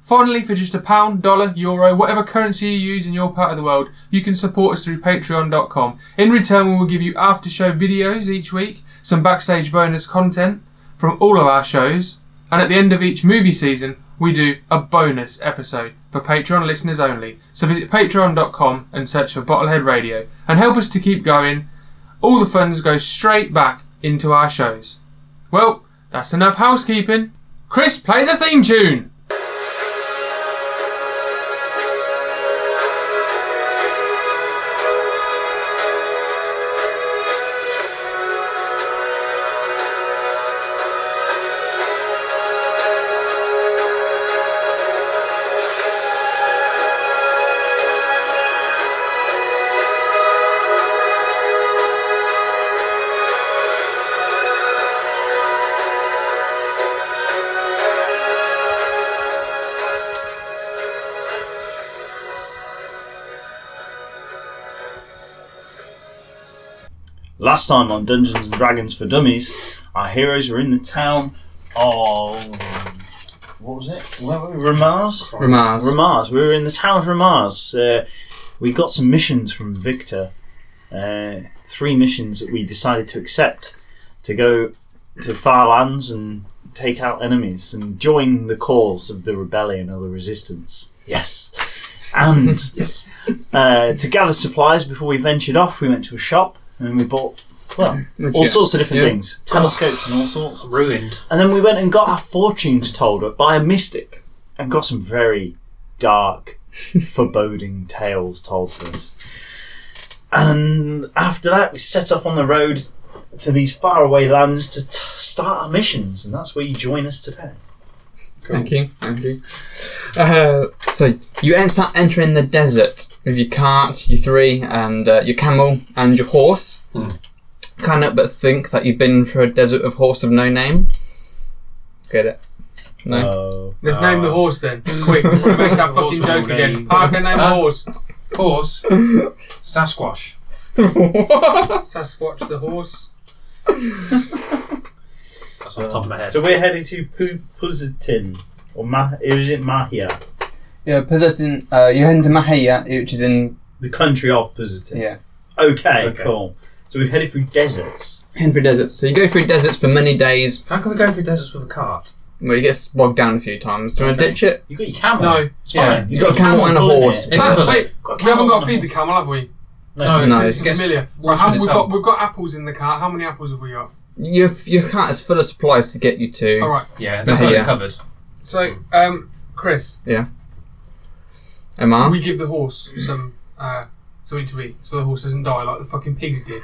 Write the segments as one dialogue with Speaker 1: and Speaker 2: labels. Speaker 1: Finally, for just a pound, dollar, euro, whatever currency you use in your part of the world, you can support us through patreon.com. In return, we will give you after show videos each week, some backstage bonus content from all of our shows, and at the end of each movie season, we do a bonus episode for Patreon listeners only. So visit patreon.com and search for Bottlehead Radio and help us to keep going all the funds go straight back into our shows. Well, that's enough housekeeping. Chris, play the theme tune!
Speaker 2: Last time on Dungeons and Dragons for Dummies, our heroes were in the town of what was it? Where were we? Ramaz.
Speaker 3: Ramaz.
Speaker 2: Ramaz. We were in the town of Ramaz. Uh, we got some missions from Victor. Uh, three missions that we decided to accept to go to far lands and take out enemies and join the cause of the rebellion or the resistance. Yes. And
Speaker 1: Yes.
Speaker 2: uh, to gather supplies before we ventured off, we went to a shop and we bought well all
Speaker 3: Mm-hmm. yeah.
Speaker 2: sorts of different
Speaker 3: Yeah.
Speaker 2: things, telescopes and all sorts.
Speaker 4: ruined.
Speaker 2: And then we went and got our fortunes told by a mystic, and got some very dark, foreboding tales told to us. And after that, we set off on the road to these faraway lands to t- start our missions, and that's where you join us today.
Speaker 3: Thank you, thank you. Uh, so you en- start entering the desert with your cart, your three, and uh, your camel and your horse. Can't help but think that you've been through a desert of horse of no name. Get it? No.
Speaker 2: Oh,
Speaker 1: Let's name the horse then, quick, before he makes that fucking
Speaker 4: Horse
Speaker 1: joke
Speaker 4: will
Speaker 1: again.
Speaker 4: name.
Speaker 1: Parker, name the horse.
Speaker 4: Horse. Sasquatch.
Speaker 1: Sasquatch the horse.
Speaker 4: That's off the top of my head.
Speaker 2: so we're heading to Pu- Puzitin, or Ma- is it Mahia?
Speaker 3: yeah, possessing. Uh, you're heading to Mahia, which is in
Speaker 2: The country of Puzitin.
Speaker 3: yeah.
Speaker 2: Okay,
Speaker 4: Okay.
Speaker 2: cool. So we've headed through deserts.
Speaker 3: Heading through deserts. So you go through deserts for many days,
Speaker 4: How can we go through deserts with a cart?
Speaker 3: where you get bogged down a few times. Do you want to
Speaker 4: Okay.
Speaker 3: ditch it?
Speaker 4: You got your camel.
Speaker 1: No,
Speaker 4: it's
Speaker 1: yeah.
Speaker 4: fine.
Speaker 3: You've got a camel and a
Speaker 2: pulling
Speaker 3: horse.
Speaker 4: it.
Speaker 1: Camel,
Speaker 4: Camel.
Speaker 1: wait,
Speaker 4: Got
Speaker 1: we haven't got to
Speaker 4: camel.
Speaker 1: feed the camel, have we?
Speaker 3: No.
Speaker 1: No,
Speaker 3: No.
Speaker 1: this is
Speaker 4: Gets
Speaker 1: familiar. Well,
Speaker 4: water
Speaker 1: how,
Speaker 4: in
Speaker 1: we've,
Speaker 4: its
Speaker 1: got,
Speaker 4: own.
Speaker 1: we've got apples in the car. How many apples have we got?
Speaker 3: Your your cart is full of supplies to get you to.
Speaker 1: All right.
Speaker 4: Yeah, that's
Speaker 3: Yeah.
Speaker 4: not covered.
Speaker 1: So, um, Chris,
Speaker 3: Emma.
Speaker 1: we give the horse some uh, something to eat, so the horse doesn't die like the fucking pigs did.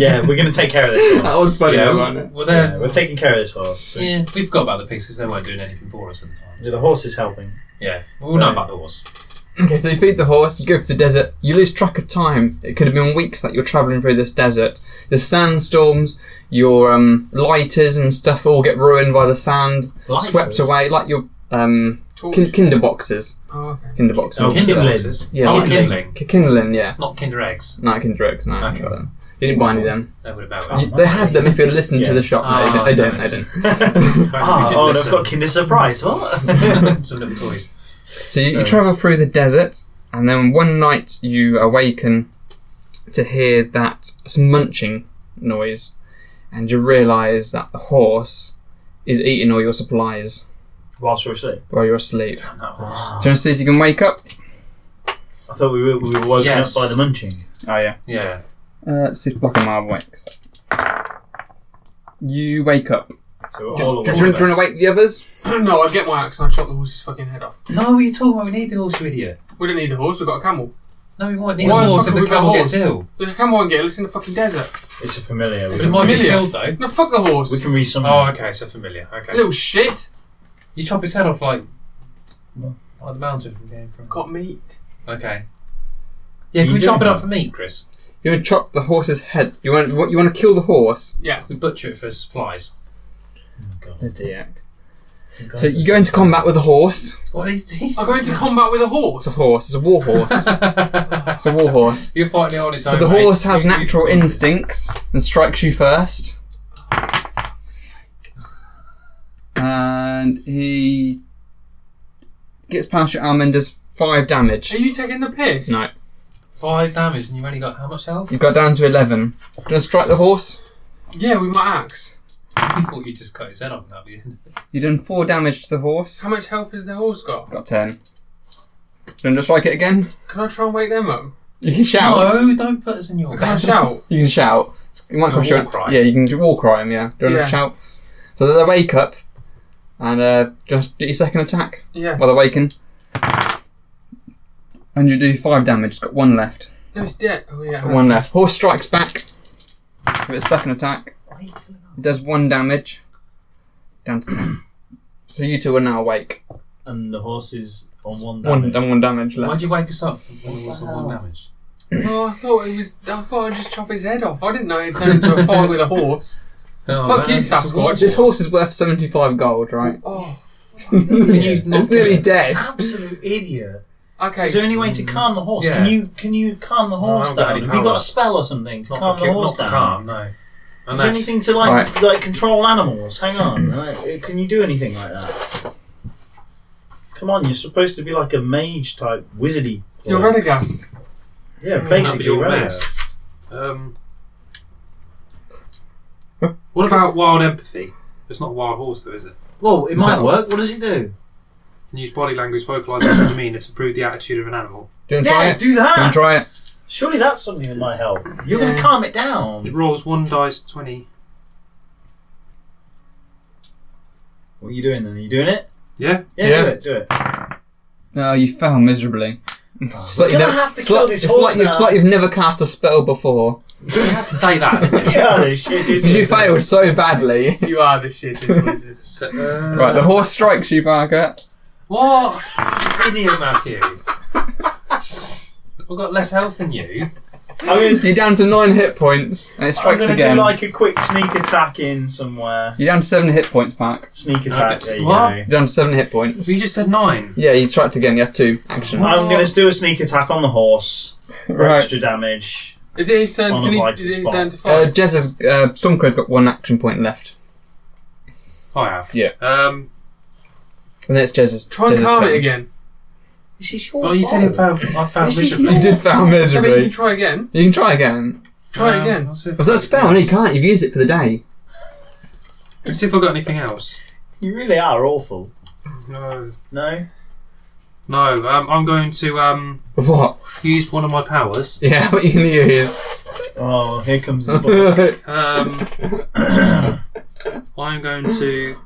Speaker 2: yeah, we're going to take care of this horse.
Speaker 3: That was funny,
Speaker 4: yeah,
Speaker 3: though,
Speaker 4: we-
Speaker 3: wasn't it?
Speaker 4: well,
Speaker 2: yeah,
Speaker 4: they're-
Speaker 2: we're taking care of this horse. So
Speaker 4: yeah, we forgot about the pigs because they weren't doing anything for us at the time.
Speaker 2: The horse is helping.
Speaker 4: Yeah, we all know about the horse.
Speaker 3: Okay, so you feed the horse, you go for the desert, you lose track of time. It could have been weeks that you're travelling through this desert. The sandstorms, your um, lighters and stuff all get ruined by the sand,
Speaker 2: Lighters?
Speaker 3: swept away, like your um,
Speaker 1: Torch.
Speaker 3: kin- kinder boxes.
Speaker 1: oh, okay.
Speaker 3: Kinder boxes.
Speaker 2: Oh,
Speaker 4: Kinder
Speaker 2: kindling.
Speaker 4: boxes.
Speaker 3: Yeah,
Speaker 4: oh,
Speaker 3: like-
Speaker 4: kindling,
Speaker 3: K- Kindling, yeah.
Speaker 4: not Kinder eggs.
Speaker 3: No, Kinder Eggs, no.
Speaker 4: Okay.
Speaker 3: but, um, You didn't buy any of them.
Speaker 4: That would have
Speaker 2: Oh,
Speaker 4: been.
Speaker 3: They had them if you listened to
Speaker 2: Yeah.
Speaker 3: the shop. No,
Speaker 4: Ah,
Speaker 3: they, don't, they
Speaker 4: nice.
Speaker 3: don't, they
Speaker 2: Ah, oh, they've got Kinder Surprise. What?
Speaker 4: some little toys.
Speaker 3: don't. So you,
Speaker 5: Oh.
Speaker 3: you travel through the desert, and then one night you awaken to hear that some munching noise, and you realise that the horse is eating all your supplies
Speaker 2: Whilst we're asleep.
Speaker 3: while you're asleep.
Speaker 4: That horse.
Speaker 3: Do you want to see if you can wake up?
Speaker 2: I thought we were, we were woken
Speaker 4: Yes.
Speaker 2: up by the munching.
Speaker 5: Oh yeah.
Speaker 4: Yeah.
Speaker 5: Uh, let's see if Black and Mar wakes. You wake up.
Speaker 2: So
Speaker 4: Do-
Speaker 2: all
Speaker 4: do-
Speaker 2: of
Speaker 4: All
Speaker 3: Do you want
Speaker 4: us.
Speaker 3: to wake the others?
Speaker 6: no, I'd get my axe and I'd chop the horse's fucking head off.
Speaker 4: No, what are you talking about? We need the horse, you idiot.
Speaker 6: We don't need the horse, we've got a camel.
Speaker 4: No, we won't need
Speaker 6: Why
Speaker 4: the
Speaker 6: the
Speaker 4: horse
Speaker 6: fuck
Speaker 4: if the
Speaker 6: have we got a
Speaker 4: camel
Speaker 6: horse?
Speaker 4: gets ill.
Speaker 6: The camel won't get ill, it's in the fucking desert.
Speaker 2: It's a familiar. We
Speaker 4: It's
Speaker 2: can-
Speaker 4: might get
Speaker 6: familiar.
Speaker 4: killed though.
Speaker 6: No, fuck the horse.
Speaker 2: we can read some.
Speaker 4: Oh, okay, so familiar. Okay.
Speaker 6: Little shit.
Speaker 4: You chop his head off like.
Speaker 2: Well.
Speaker 4: Like the mountain from Game from.
Speaker 6: Got meat.
Speaker 4: Okay. Yeah,
Speaker 2: You
Speaker 4: can we
Speaker 2: do
Speaker 4: chop it
Speaker 2: have-
Speaker 4: up for meat, Chris?
Speaker 3: You want to chop the horse's head? You want what? You want to kill the horse?
Speaker 6: Yeah.
Speaker 4: We butcher it for supplies.
Speaker 2: God.
Speaker 3: Bloody heck. So you go into combat with a horse.
Speaker 4: What is he?
Speaker 6: I go into combat with a
Speaker 3: It's
Speaker 6: horse.
Speaker 3: a horse. It's a war horse. it's a war horse.
Speaker 4: You're fighting it on its
Speaker 3: So
Speaker 4: own.
Speaker 3: the
Speaker 4: mate.
Speaker 3: horse has
Speaker 4: You- you-
Speaker 3: natural instincts and strikes you first. And he gets past your arm and does five damage.
Speaker 6: Are you taking the piss?
Speaker 3: No,
Speaker 4: Five damage, and you've only got how much health?
Speaker 3: you've got down to eleven. Gonna strike the horse.
Speaker 6: Yeah, with my axe.
Speaker 4: I thought you just cut his head off, and that'd be the end of it.
Speaker 3: You've done four damage to the horse.
Speaker 6: How much health has the horse got?
Speaker 3: Got ten. Gonna just strike it again.
Speaker 6: Can I try and wake them up?
Speaker 3: You can shout.
Speaker 4: No, don't put us in your.
Speaker 6: Can I shout?
Speaker 3: You can shout. You might
Speaker 4: A
Speaker 3: call
Speaker 4: war
Speaker 3: shout.
Speaker 4: cry.
Speaker 3: Yeah, you can do war cry 'em, Yeah, do you want
Speaker 6: Yeah.
Speaker 3: to shout? So they wake up and uh, just do your second attack.
Speaker 6: Yeah.
Speaker 3: Well, awaken. And you do five damage. It's got one left.
Speaker 6: No, it's dead. Oh yeah.
Speaker 3: Got one left. Horse strikes back with its second attack. It does one damage. Down to ten. So you two are now awake.
Speaker 2: And the horse is on one
Speaker 3: One
Speaker 2: damage.
Speaker 3: done one damage
Speaker 4: Why'd
Speaker 3: left.
Speaker 4: you wake us up? One was on one damage.
Speaker 6: No, Oh, I thought it was. I thought I'd just chop his head off. I didn't know he'd turn into a fight with a horse.
Speaker 4: Oh,
Speaker 6: Fuck you,
Speaker 4: it's a
Speaker 6: Sasquatch.
Speaker 4: war
Speaker 3: This horse is worth seventy-five gold, right?
Speaker 6: Oh,
Speaker 3: it's nearly dead.
Speaker 2: Absolute idiot.
Speaker 6: okay.
Speaker 2: Is there any way to calm the horse?
Speaker 4: Mm. Yeah.
Speaker 2: Can you can you calm the
Speaker 4: No, I
Speaker 2: horse
Speaker 4: haven't got
Speaker 2: down?
Speaker 4: any
Speaker 2: Have you got a
Speaker 4: powers.
Speaker 2: spell or something to
Speaker 4: Not
Speaker 2: calm
Speaker 4: for
Speaker 2: the
Speaker 4: cu-
Speaker 2: horse
Speaker 4: not
Speaker 2: down?
Speaker 4: for calm, no.
Speaker 2: Is there
Speaker 4: Unless
Speaker 2: anything to like like control animals? Hang on, like, can you do anything like that? Come on, you're supposed to be like a mage type wizardy.
Speaker 6: You're
Speaker 2: bloke.
Speaker 6: Radagast.
Speaker 2: Yeah,
Speaker 4: basically
Speaker 2: basically
Speaker 4: your
Speaker 2: Radagast.
Speaker 4: best. Um, what about wild empathy? It's not a wild horse, though, is it?
Speaker 2: Well, it might
Speaker 3: No.
Speaker 2: work. What does it do?
Speaker 4: Can use body language, vocalising, and demeanour to prove the attitude of an animal.
Speaker 3: Do you want to try
Speaker 2: Yeah,
Speaker 3: it? Do
Speaker 2: do
Speaker 3: you want
Speaker 2: that.
Speaker 3: to try it?
Speaker 2: Surely that's something that might help. You're
Speaker 6: Yeah.
Speaker 2: gonna calm it
Speaker 4: It
Speaker 2: down.
Speaker 4: rolls one dice twenty.
Speaker 2: What are you doing then? Are you doing it?
Speaker 4: Yeah.
Speaker 2: Yeah,
Speaker 3: Yeah.
Speaker 2: do it, do it.
Speaker 3: No, you fell miserably. It's like
Speaker 2: We're gonna
Speaker 3: you've never-
Speaker 2: have to
Speaker 3: it's
Speaker 2: kill
Speaker 3: like-
Speaker 2: this
Speaker 3: it's
Speaker 2: horse
Speaker 3: like you've- It's
Speaker 2: now.
Speaker 3: like you've never cast a spell before.
Speaker 4: You have to say that. didn't you?
Speaker 2: yeah, this shit is.
Speaker 3: Because you failed so badly.
Speaker 6: You are the shittest wizard.
Speaker 4: So, uh,
Speaker 3: Right, the horse strikes you, Barker.
Speaker 4: What idiot, Matthew? We've got less health than you.
Speaker 2: I mean,
Speaker 3: You're down to nine hit points, and it
Speaker 2: I'm
Speaker 3: strikes
Speaker 2: gonna
Speaker 3: again.
Speaker 2: do like a quick sneak attack in somewhere.
Speaker 3: You're down to seven hit points, Mark.
Speaker 2: Sneak attack.
Speaker 4: Okay.
Speaker 2: There you
Speaker 4: What?
Speaker 2: go.
Speaker 3: You're down to seven hit points.
Speaker 4: You just said nine.
Speaker 3: Yeah, you striked again. You have two action.
Speaker 2: I'm gonna do a sneak attack on the horse for
Speaker 3: Right.
Speaker 2: extra damage.
Speaker 6: Is it his turn?
Speaker 2: On a
Speaker 6: Can he,
Speaker 2: vital
Speaker 6: is it his
Speaker 2: spot.
Speaker 6: turn to
Speaker 3: Uh,
Speaker 6: fight?
Speaker 3: Jez's uh, Stormcrow's got one action point left,
Speaker 4: I have.
Speaker 3: Yeah.
Speaker 4: Um.
Speaker 3: and then it's Jez's.
Speaker 6: Try and
Speaker 3: Jez's
Speaker 6: calm
Speaker 3: turn.
Speaker 6: it again.
Speaker 2: This is your
Speaker 4: Well, you said it
Speaker 2: fault.
Speaker 4: failed. I failed
Speaker 2: This is
Speaker 4: miserably.
Speaker 3: You did fail
Speaker 6: I mean, you can
Speaker 3: miserably.
Speaker 6: try again.
Speaker 3: You can try again.
Speaker 6: Try it
Speaker 4: Um,
Speaker 6: again.
Speaker 4: let's see if
Speaker 3: Was that a
Speaker 4: I've got
Speaker 3: spell? No, you
Speaker 4: anything
Speaker 3: can't. You've used it for the day.
Speaker 4: else. Let's see if I've got anything else.
Speaker 2: You really are awful.
Speaker 4: No.
Speaker 2: No.
Speaker 4: No. Um, I'm going to um
Speaker 3: What?
Speaker 4: use one of my powers.
Speaker 3: Yeah, what you can use?
Speaker 2: Oh, here comes the book.
Speaker 3: Wait,
Speaker 4: Um. I'm going to.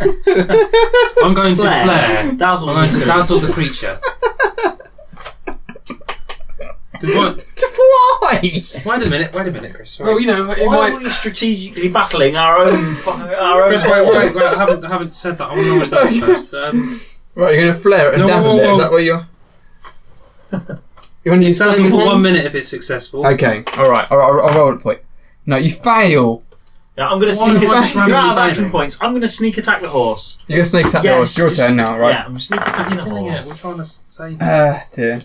Speaker 4: I'm going to
Speaker 2: Flare.
Speaker 4: flare.
Speaker 2: Dazzle.
Speaker 4: I'm going to
Speaker 2: you.
Speaker 4: Oh, dazzle the creature. 'Cause what- wait a minute, wait a minute, Chris.
Speaker 6: Well,
Speaker 4: Wait.
Speaker 6: you know, it
Speaker 2: Why are
Speaker 6: might.
Speaker 2: we strategically battling our own fu- our own?
Speaker 4: Chris, wait, wait,
Speaker 2: horse?
Speaker 4: wait, I haven't, I haven't said that. I want to know what it does first. Um,
Speaker 3: Right, you're gonna flare it and
Speaker 4: No,
Speaker 3: dazzle
Speaker 4: whoa,
Speaker 3: it. Is
Speaker 4: whoa.
Speaker 3: that what you're? You want to use
Speaker 4: dazzle
Speaker 3: flaming
Speaker 4: for one
Speaker 3: hands?
Speaker 4: minute if it's successful.
Speaker 3: Okay, all right, all right, I'll, I'll roll it for you. No, you fail.
Speaker 2: Yeah, I'm going to
Speaker 4: Why
Speaker 2: sneak
Speaker 4: am I
Speaker 2: attack.
Speaker 4: just
Speaker 2: You're
Speaker 4: randomly
Speaker 2: out of action
Speaker 4: fighting?
Speaker 2: points. I'm going to sneak attack the horse.
Speaker 3: You're gonna sneak attack the horse.
Speaker 2: Yes,
Speaker 3: Your
Speaker 2: just-
Speaker 3: turn now, right?
Speaker 2: Yeah, I'm sneak attacking the
Speaker 4: Killing it, we're
Speaker 2: horse.
Speaker 4: trying to say.
Speaker 3: Ah, dear.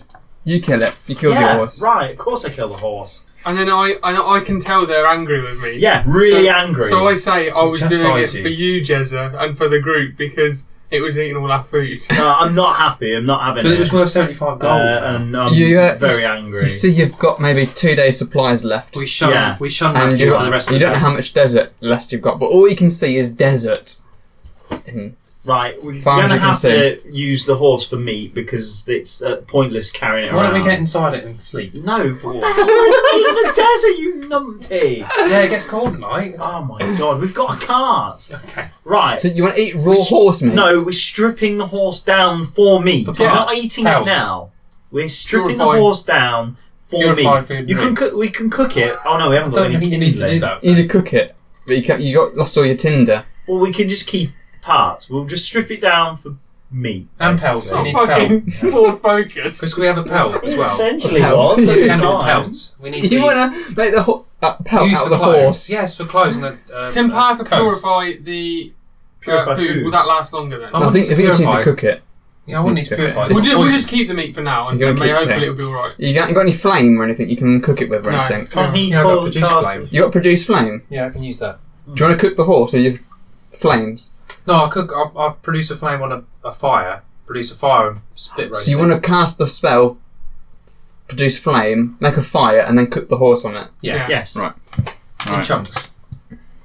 Speaker 3: You kill it. You killed
Speaker 2: yeah,
Speaker 3: your horse.
Speaker 2: right. Of course, I kill the horse.
Speaker 6: And then I, I, I can tell they're angry with me.
Speaker 2: Yeah, really
Speaker 6: So-
Speaker 2: angry.
Speaker 6: So I say I was
Speaker 4: Chastise
Speaker 6: doing it
Speaker 4: you.
Speaker 6: for you, Jezza, and for the group because it was eating all our food.
Speaker 2: No, Uh, I'm not happy. I'm not having
Speaker 4: But it
Speaker 2: it.
Speaker 4: was worth 75 gold.
Speaker 2: Uh, and I'm
Speaker 3: You, uh,
Speaker 2: very
Speaker 3: you s-
Speaker 2: angry.
Speaker 3: You see, you've got maybe two days' supplies left,
Speaker 4: we shun,
Speaker 2: yeah.
Speaker 4: we shun
Speaker 3: and
Speaker 4: Matthew
Speaker 3: you,
Speaker 4: for the rest
Speaker 3: you
Speaker 4: of
Speaker 3: don't
Speaker 4: the
Speaker 3: know how much desert left you've got, but all you can see is desert. And
Speaker 2: Right, we're
Speaker 3: Farm
Speaker 2: going to
Speaker 3: you can
Speaker 2: have to use the horse for meat because it's uh, pointless carrying it
Speaker 4: Why
Speaker 2: around.
Speaker 4: don't we get inside it and sleep?
Speaker 2: No, what the hell? We're in the desert, you numpty!
Speaker 4: yeah, it gets cold at night.
Speaker 2: Oh my god, we've got a cart!
Speaker 4: Okay.
Speaker 2: Right.
Speaker 3: So you want to eat raw horse meat?
Speaker 2: No, we're stripping the horse down for meat.
Speaker 4: For
Speaker 2: We're not
Speaker 4: parts,
Speaker 2: eating
Speaker 4: pounds.
Speaker 2: it now. We're stripping
Speaker 6: Purifying.
Speaker 2: the horse down for
Speaker 4: Purify
Speaker 2: meat.
Speaker 4: food and
Speaker 2: You can
Speaker 4: meat.
Speaker 2: cook. We can cook it. Oh no, we haven't got
Speaker 4: Don't
Speaker 2: any
Speaker 4: think you need
Speaker 2: pins
Speaker 4: to do
Speaker 2: in.
Speaker 4: that.
Speaker 3: You need to cook it, but you can't, you got lost all your tinder.
Speaker 2: Well, we can just keep parts. We'll just strip it down for meat.
Speaker 4: And pelt. We
Speaker 6: Oh,
Speaker 4: need pelt.
Speaker 6: fucking full focus.
Speaker 4: Because we have a pelt as well.
Speaker 2: Essentially,
Speaker 3: Well,
Speaker 2: was at
Speaker 4: Like
Speaker 2: the
Speaker 4: animal
Speaker 2: time.
Speaker 4: pelts. We need
Speaker 3: You
Speaker 4: the-
Speaker 3: want to make the ho- uh, pelt
Speaker 4: use
Speaker 3: out of
Speaker 4: for
Speaker 3: the
Speaker 4: clothes.
Speaker 3: horse.
Speaker 4: Yes, for clothes and the. Uh,
Speaker 6: Can
Speaker 4: uh,
Speaker 6: Parker
Speaker 4: coat.
Speaker 6: purify the
Speaker 2: Purify
Speaker 6: uh, food?
Speaker 2: food.
Speaker 6: Will that last longer then?
Speaker 4: I
Speaker 3: I
Speaker 4: want
Speaker 3: think
Speaker 4: it to
Speaker 3: I think you just need to
Speaker 4: purify.
Speaker 3: cook it.
Speaker 4: Yeah, I wouldn't need to purify.
Speaker 6: We'll,
Speaker 4: It's
Speaker 6: ju- we'll
Speaker 4: poison.
Speaker 6: just keep the meat for now, and,
Speaker 3: You're
Speaker 6: and
Speaker 3: gonna
Speaker 6: may-
Speaker 3: keep
Speaker 6: hopefully
Speaker 3: them.
Speaker 6: it'll be all right.
Speaker 3: You got, you got any flame or anything you can cook it with or
Speaker 6: No.
Speaker 3: anything?
Speaker 2: Can't he
Speaker 4: Yeah, I've got
Speaker 2: call the
Speaker 4: produce
Speaker 2: cast-
Speaker 4: flame.
Speaker 3: You got produce flame.
Speaker 4: Yeah, I can use that.
Speaker 3: Do you want to cook the horse or your flames?
Speaker 4: No, I cook. I, I produce a flame on a, a fire. Produce a fire and spit roast.
Speaker 3: So you
Speaker 4: it.
Speaker 3: want to cast the spell, produce flame, make a fire, and then cook the horse on it.
Speaker 4: Yeah,
Speaker 2: Yes.
Speaker 5: Right.
Speaker 4: in
Speaker 5: Right.
Speaker 4: chunks.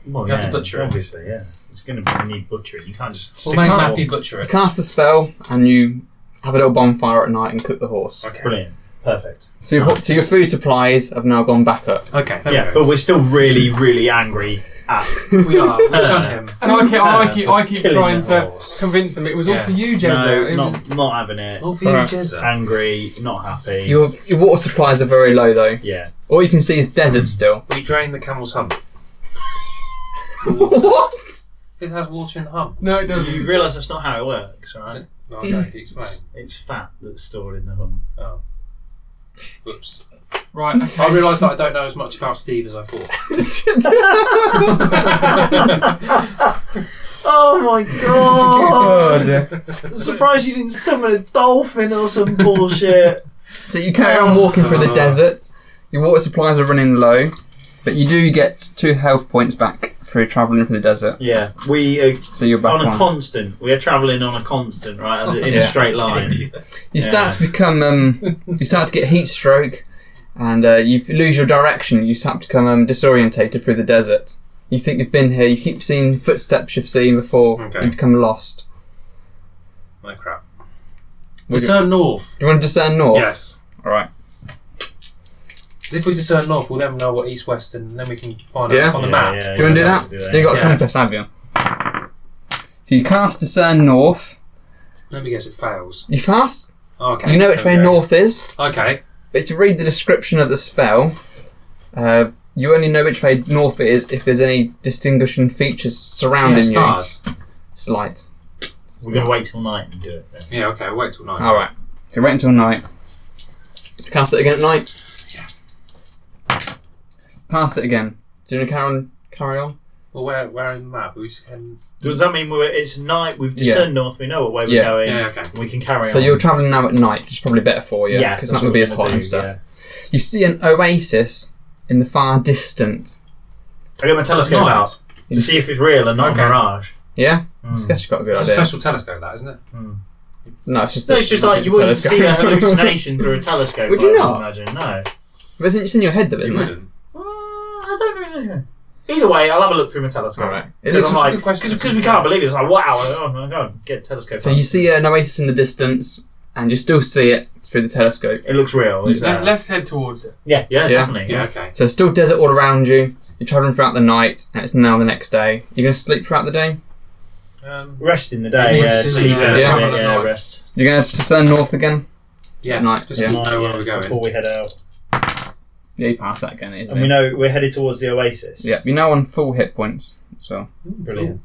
Speaker 2: Well,
Speaker 4: You have to butcher it.
Speaker 2: Obviously, yeah. It's going to be need butchering. You can't just
Speaker 4: We'll
Speaker 2: stick
Speaker 4: make
Speaker 2: it all.
Speaker 4: Matthew butcher
Speaker 3: You
Speaker 4: it.
Speaker 3: cast the spell and you have a little bonfire at night and cook the horse.
Speaker 4: Okay.
Speaker 2: Brilliant. Perfect.
Speaker 3: So, your, so your food supplies have now gone back up.
Speaker 4: Okay. There
Speaker 2: Yeah,
Speaker 4: we
Speaker 2: but we're still really, really angry at
Speaker 4: go. we are. We shun him.
Speaker 6: And I keep, I keep, I keep
Speaker 2: Killing
Speaker 6: trying
Speaker 2: the
Speaker 6: to
Speaker 2: horse.
Speaker 6: convince them it was all
Speaker 4: Yeah.
Speaker 6: for you, Jezza.
Speaker 2: No,
Speaker 6: It was-
Speaker 2: not, not having it.
Speaker 4: All for you,
Speaker 5: Alright.
Speaker 4: Jezza.
Speaker 2: Angry, not happy.
Speaker 3: Your, your water supplies are very low though.
Speaker 2: yeah.
Speaker 3: All you can see is desert still.
Speaker 4: We drain the camel's hump.
Speaker 3: what?
Speaker 4: It has water in the hump.
Speaker 6: no, it
Speaker 2: You
Speaker 6: doesn't.
Speaker 2: realise that's not how it works, right?
Speaker 4: No, I don't. Explain.
Speaker 2: It's fat that's stored in the hum.
Speaker 4: Oh. Whoops.
Speaker 6: Right, okay.
Speaker 4: I realised that I don't know as much about Steve as I thought.
Speaker 2: Oh my god!
Speaker 5: dear.
Speaker 2: Surprised you didn't summon a dolphin or some bullshit.
Speaker 3: So you carry on walking through the
Speaker 4: Oh.
Speaker 3: desert. Your water supplies are running low, but you do get two health points back through traveling through the desert.
Speaker 2: yeah, we are
Speaker 3: So you're back
Speaker 2: on
Speaker 3: on.
Speaker 2: a constant. We are travelling on a constant, right? In
Speaker 3: Yeah.
Speaker 2: a straight line.
Speaker 3: you start to become um, you start to get heat stroke, and uh, you lose your direction. You start to become um, disorientated through the desert. You think you've been here. You keep seeing footsteps you've seen before.
Speaker 4: Okay.
Speaker 3: You become lost.
Speaker 4: My crap.
Speaker 3: Would you-
Speaker 4: Discern north.
Speaker 3: Do you want to discern north?
Speaker 4: Yes.
Speaker 3: All right.
Speaker 4: 'Cause If we discern north, we'll then know what east, west, and then we can find
Speaker 3: Yeah.
Speaker 4: out on the map.
Speaker 2: Yeah, yeah,
Speaker 3: Do you want to do
Speaker 2: yeah,
Speaker 3: that? You got a
Speaker 4: Yeah.
Speaker 3: compass, have you? So you cast discern north.
Speaker 4: Let me guess, it fails.
Speaker 3: You cast.
Speaker 4: Okay.
Speaker 3: you know which way
Speaker 4: okay.
Speaker 3: north is.
Speaker 4: Okay.
Speaker 3: But if you read the description of the spell, uh, you only know which way north it is if there's any distinguishing features surrounding
Speaker 4: Yeah,
Speaker 3: you.
Speaker 4: stars.
Speaker 3: It's light.
Speaker 2: We're gonna wait till night and do it. Then.
Speaker 4: Yeah, okay, wait till night.
Speaker 3: All right. So wait until night. Cast it again at night. Pass it again. Do you want to carry on? Carry on.
Speaker 4: Well, where, where in the map? We just can.
Speaker 2: Does that mean we're, it's night? We've discerned north. We know what way we're
Speaker 3: Yeah.
Speaker 2: going.
Speaker 4: Yeah, okay.
Speaker 2: We can carry
Speaker 3: So
Speaker 2: on.
Speaker 3: you're traveling now at night, which is probably better for you.
Speaker 2: yeah,
Speaker 3: because
Speaker 2: that's
Speaker 3: it's
Speaker 2: what
Speaker 3: not going to be
Speaker 2: we're
Speaker 3: as hot
Speaker 2: do,
Speaker 3: and stuff.
Speaker 2: yeah.
Speaker 3: You see an oasis in the far distant.
Speaker 2: I got my telescope
Speaker 4: Night.
Speaker 2: out to see if it's real and not
Speaker 4: Okay.
Speaker 2: a mirage.
Speaker 3: Yeah,
Speaker 2: Mm.
Speaker 3: I guess you got a good
Speaker 4: It's a
Speaker 3: idea.
Speaker 4: special telescope, that, isn't it?
Speaker 3: no, it's just
Speaker 2: No,
Speaker 3: a-
Speaker 2: it's just like you wouldn't see a
Speaker 3: telescope.
Speaker 2: hallucination through a telescope.
Speaker 3: Would you
Speaker 2: I
Speaker 3: not?
Speaker 2: Imagine no.
Speaker 3: But it's it's in your head, though,
Speaker 4: You
Speaker 3: isn't it?
Speaker 4: wouldn't.
Speaker 2: Uh, I don't really know. Either way, I'll have a look through my telescope.
Speaker 3: All right. It
Speaker 2: Because
Speaker 3: looks
Speaker 2: I'm
Speaker 4: That's a
Speaker 2: like,
Speaker 4: good question.
Speaker 2: because we can't believe it. It's like, wow, oh my god, get a telescope.
Speaker 3: So
Speaker 2: out.
Speaker 3: you see an oasis in the distance, and you still see it through the telescope.
Speaker 2: it looks real. Is
Speaker 6: Let's,
Speaker 2: that?
Speaker 6: let's head towards it.
Speaker 2: yeah, yeah,
Speaker 3: Yeah.
Speaker 2: definitely.
Speaker 4: Yeah,
Speaker 2: Yeah.
Speaker 4: okay.
Speaker 3: So it's still desert all around you. You're traveling throughout the night, and it's now the next day. You're gonna sleep throughout the day.
Speaker 4: Um,
Speaker 2: Rest in the
Speaker 4: It
Speaker 2: day,
Speaker 4: needs
Speaker 2: yeah,
Speaker 4: to be
Speaker 2: sleep
Speaker 4: there.
Speaker 2: in the
Speaker 3: Yeah.
Speaker 2: day, yeah,
Speaker 6: Yeah.
Speaker 2: rest.
Speaker 3: You're gonna discern north again.
Speaker 4: yeah,
Speaker 3: Night,
Speaker 4: just
Speaker 3: yeah.
Speaker 4: to know where
Speaker 2: Yeah,
Speaker 4: we're going.
Speaker 2: Before we head out,
Speaker 3: Yeah, you pass that again, isn't
Speaker 2: and we know we're headed towards the oasis.
Speaker 3: Yeah, you're now on full hit points as well.
Speaker 4: Brilliant.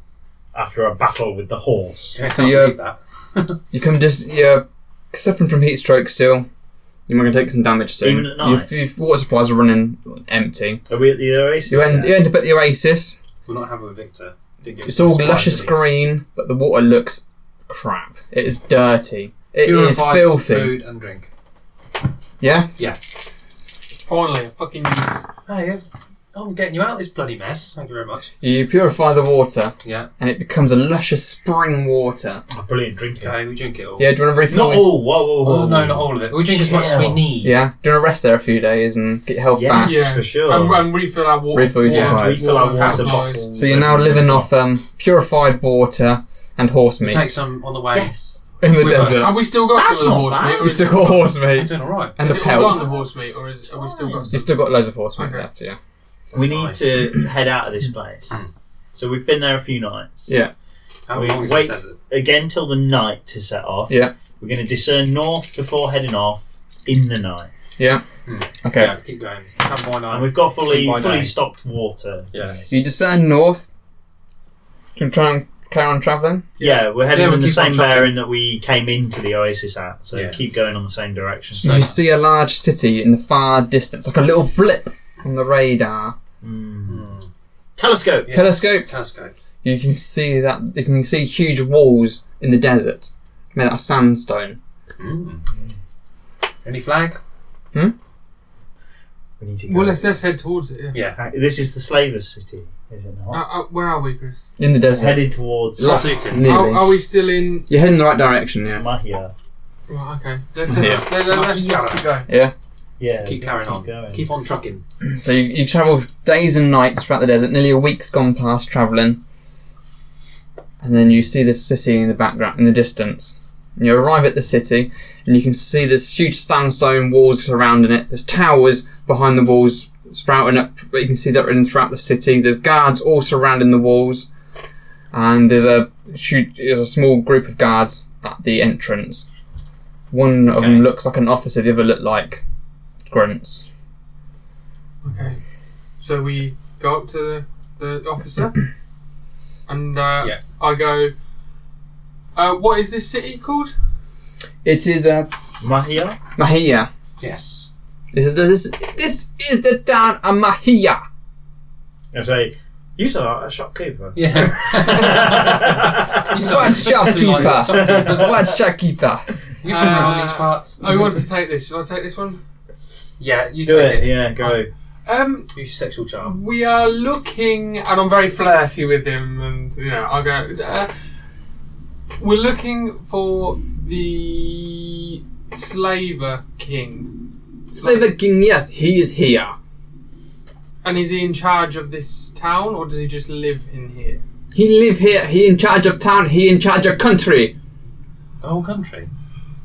Speaker 2: After a battle with the horse.
Speaker 4: Yeah, I
Speaker 3: So
Speaker 4: can't
Speaker 3: you-
Speaker 4: believe that.
Speaker 3: You come just you're suffering from heat stroke still. You're gonna take some damage soon.
Speaker 2: Even at night?
Speaker 3: Your, your water supplies are running empty.
Speaker 2: Are we at the oasis?
Speaker 3: You end,
Speaker 2: Yeah.
Speaker 3: you end up at the oasis.
Speaker 4: We're not having a victor. Didn't give
Speaker 3: It's
Speaker 4: us a
Speaker 3: all
Speaker 4: surprise,
Speaker 3: luscious
Speaker 4: did he?
Speaker 3: green, but the water looks crap. It is dirty. It is
Speaker 6: Purified
Speaker 3: filthy.
Speaker 4: Food and drink.
Speaker 3: Yeah.
Speaker 6: Finally, a fucking news.
Speaker 4: Hey, I'm getting you out of this bloody mess. Thank you very much.
Speaker 3: You purify the water,
Speaker 4: Yeah.
Speaker 3: and it becomes a luscious spring water.
Speaker 2: Oh, brilliant drinking.
Speaker 4: Okay, we drink it all.
Speaker 3: Yeah, do you want to refill?
Speaker 2: Not
Speaker 3: it?
Speaker 2: all. Whoa, whoa, whoa.
Speaker 3: Oh,
Speaker 4: Well, no, not all of it. We drink as much as we
Speaker 2: Oh. Chill.
Speaker 4: need.
Speaker 3: Yeah, do you want to rest there a few days and get your health
Speaker 2: Yes,
Speaker 3: back?
Speaker 6: Yeah.
Speaker 2: for sure.
Speaker 6: And, and refill our water.
Speaker 3: Refill your
Speaker 6: water-
Speaker 3: supplies.
Speaker 2: Refill our water
Speaker 6: supplies.
Speaker 2: bottles.
Speaker 3: So you're now living off um, purified water and horse meat
Speaker 4: Take some on the way.
Speaker 7: Yes.
Speaker 3: in the
Speaker 6: With us.
Speaker 3: desert.
Speaker 6: Have we still got
Speaker 7: That's
Speaker 6: sort of
Speaker 7: not
Speaker 6: horse
Speaker 7: bad.
Speaker 6: meat?
Speaker 3: You still got horse
Speaker 4: I'm
Speaker 3: meat
Speaker 4: doing alright.
Speaker 3: and the
Speaker 6: Is it all gone, the
Speaker 3: pelt.
Speaker 6: horse meat, or is, have we still got
Speaker 3: You
Speaker 6: some?
Speaker 3: still got loads of horse meat
Speaker 6: Okay.
Speaker 3: left, yeah.
Speaker 2: We need
Speaker 4: Nice.
Speaker 2: to head out of this place. So we've been there a few nights.
Speaker 3: Yeah.
Speaker 4: How
Speaker 2: We
Speaker 4: long is
Speaker 2: wait.
Speaker 4: this desert?
Speaker 2: Again till the night to set off.
Speaker 3: Yeah.
Speaker 2: We're going to discern north before heading off in the night.
Speaker 3: Okay.
Speaker 4: Yeah, keep going. Come by
Speaker 2: And
Speaker 4: night.
Speaker 2: we've got fully
Speaker 4: Sleep by
Speaker 2: fully
Speaker 4: day.
Speaker 2: stocked water.
Speaker 4: Yeah.
Speaker 3: So you discern north. Can we try and carry on travelling?
Speaker 2: Yeah, we're heading
Speaker 6: Yeah, we'll
Speaker 2: in the
Speaker 6: keep on
Speaker 2: same
Speaker 6: trucking.
Speaker 2: bearing that we came into the oasis at. So
Speaker 4: Yeah.
Speaker 2: keep going on the same direction.
Speaker 3: You see a large city in the far distance, like a little blip on the radar.
Speaker 2: Mm.
Speaker 4: Mm.
Speaker 2: Telescope.
Speaker 4: Yes,
Speaker 3: Telescope.
Speaker 4: Telescope.
Speaker 3: You can see that you can see huge walls in the desert made out of sandstone.
Speaker 4: Mm. Any flag?
Speaker 2: We need to go. Uh,
Speaker 6: Well, let's, let's head towards it, yeah.
Speaker 4: Yeah.
Speaker 2: this is the slavers' city, is it
Speaker 6: Uh,
Speaker 2: not?
Speaker 6: uh, where are we, Chris?
Speaker 3: In the
Speaker 2: It's
Speaker 3: desert.
Speaker 2: headed towards
Speaker 4: Lost.
Speaker 6: Are,
Speaker 3: nearly.
Speaker 6: are we still in.
Speaker 3: You're heading the right direction, yeah.
Speaker 2: Mahia.
Speaker 6: Right, okay. Let's, let's, let, let, let's
Speaker 4: Yeah.
Speaker 6: go.
Speaker 2: Yeah.
Speaker 4: Keep
Speaker 2: we
Speaker 4: carrying
Speaker 2: keep
Speaker 4: on.
Speaker 2: Going.
Speaker 4: Keep on trucking.
Speaker 3: So you, you travel days and nights throughout the desert. Nearly a week's gone past travelling, and then you see this city in the background, in the distance. And you arrive at the city, and you can see there's huge sandstone walls surrounding it. There's towers behind the walls sprouting up. But you can see that in throughout the city. There's guards all surrounding the walls, and there's a huge, there's a small group of guards at the entrance. One of
Speaker 4: Okay.
Speaker 3: them looks like an officer. The other look like grunts.
Speaker 6: Okay. So we go up to the, the officer, and uh,
Speaker 4: Yeah.
Speaker 6: I go, uh, What is this city called?
Speaker 3: It is a
Speaker 2: Mahia?
Speaker 3: Mahia.
Speaker 4: Yes.
Speaker 3: This is this, this is the town of Mahia.
Speaker 2: I say, you saw a shopkeeper.
Speaker 4: Yeah. You
Speaker 3: What
Speaker 4: sound suspiciously like a shopkeeper.
Speaker 3: What's Shakita?
Speaker 4: You've been around these parts.
Speaker 6: I Oh, wanted to take this. Should I take this one?
Speaker 4: Yeah, you
Speaker 2: Do
Speaker 4: take
Speaker 2: it.
Speaker 4: it.
Speaker 2: Yeah, go.
Speaker 6: Um,
Speaker 4: Use your sexual charm.
Speaker 6: we are looking, and I'm very flirty with him, and you know, I go. Uh, we're looking for the slaver king,
Speaker 3: So the king, yes, he is here.
Speaker 6: and is he in charge of this town, or does he just live in here?
Speaker 3: He live here. He in charge of town. He in charge of country.
Speaker 4: The whole country.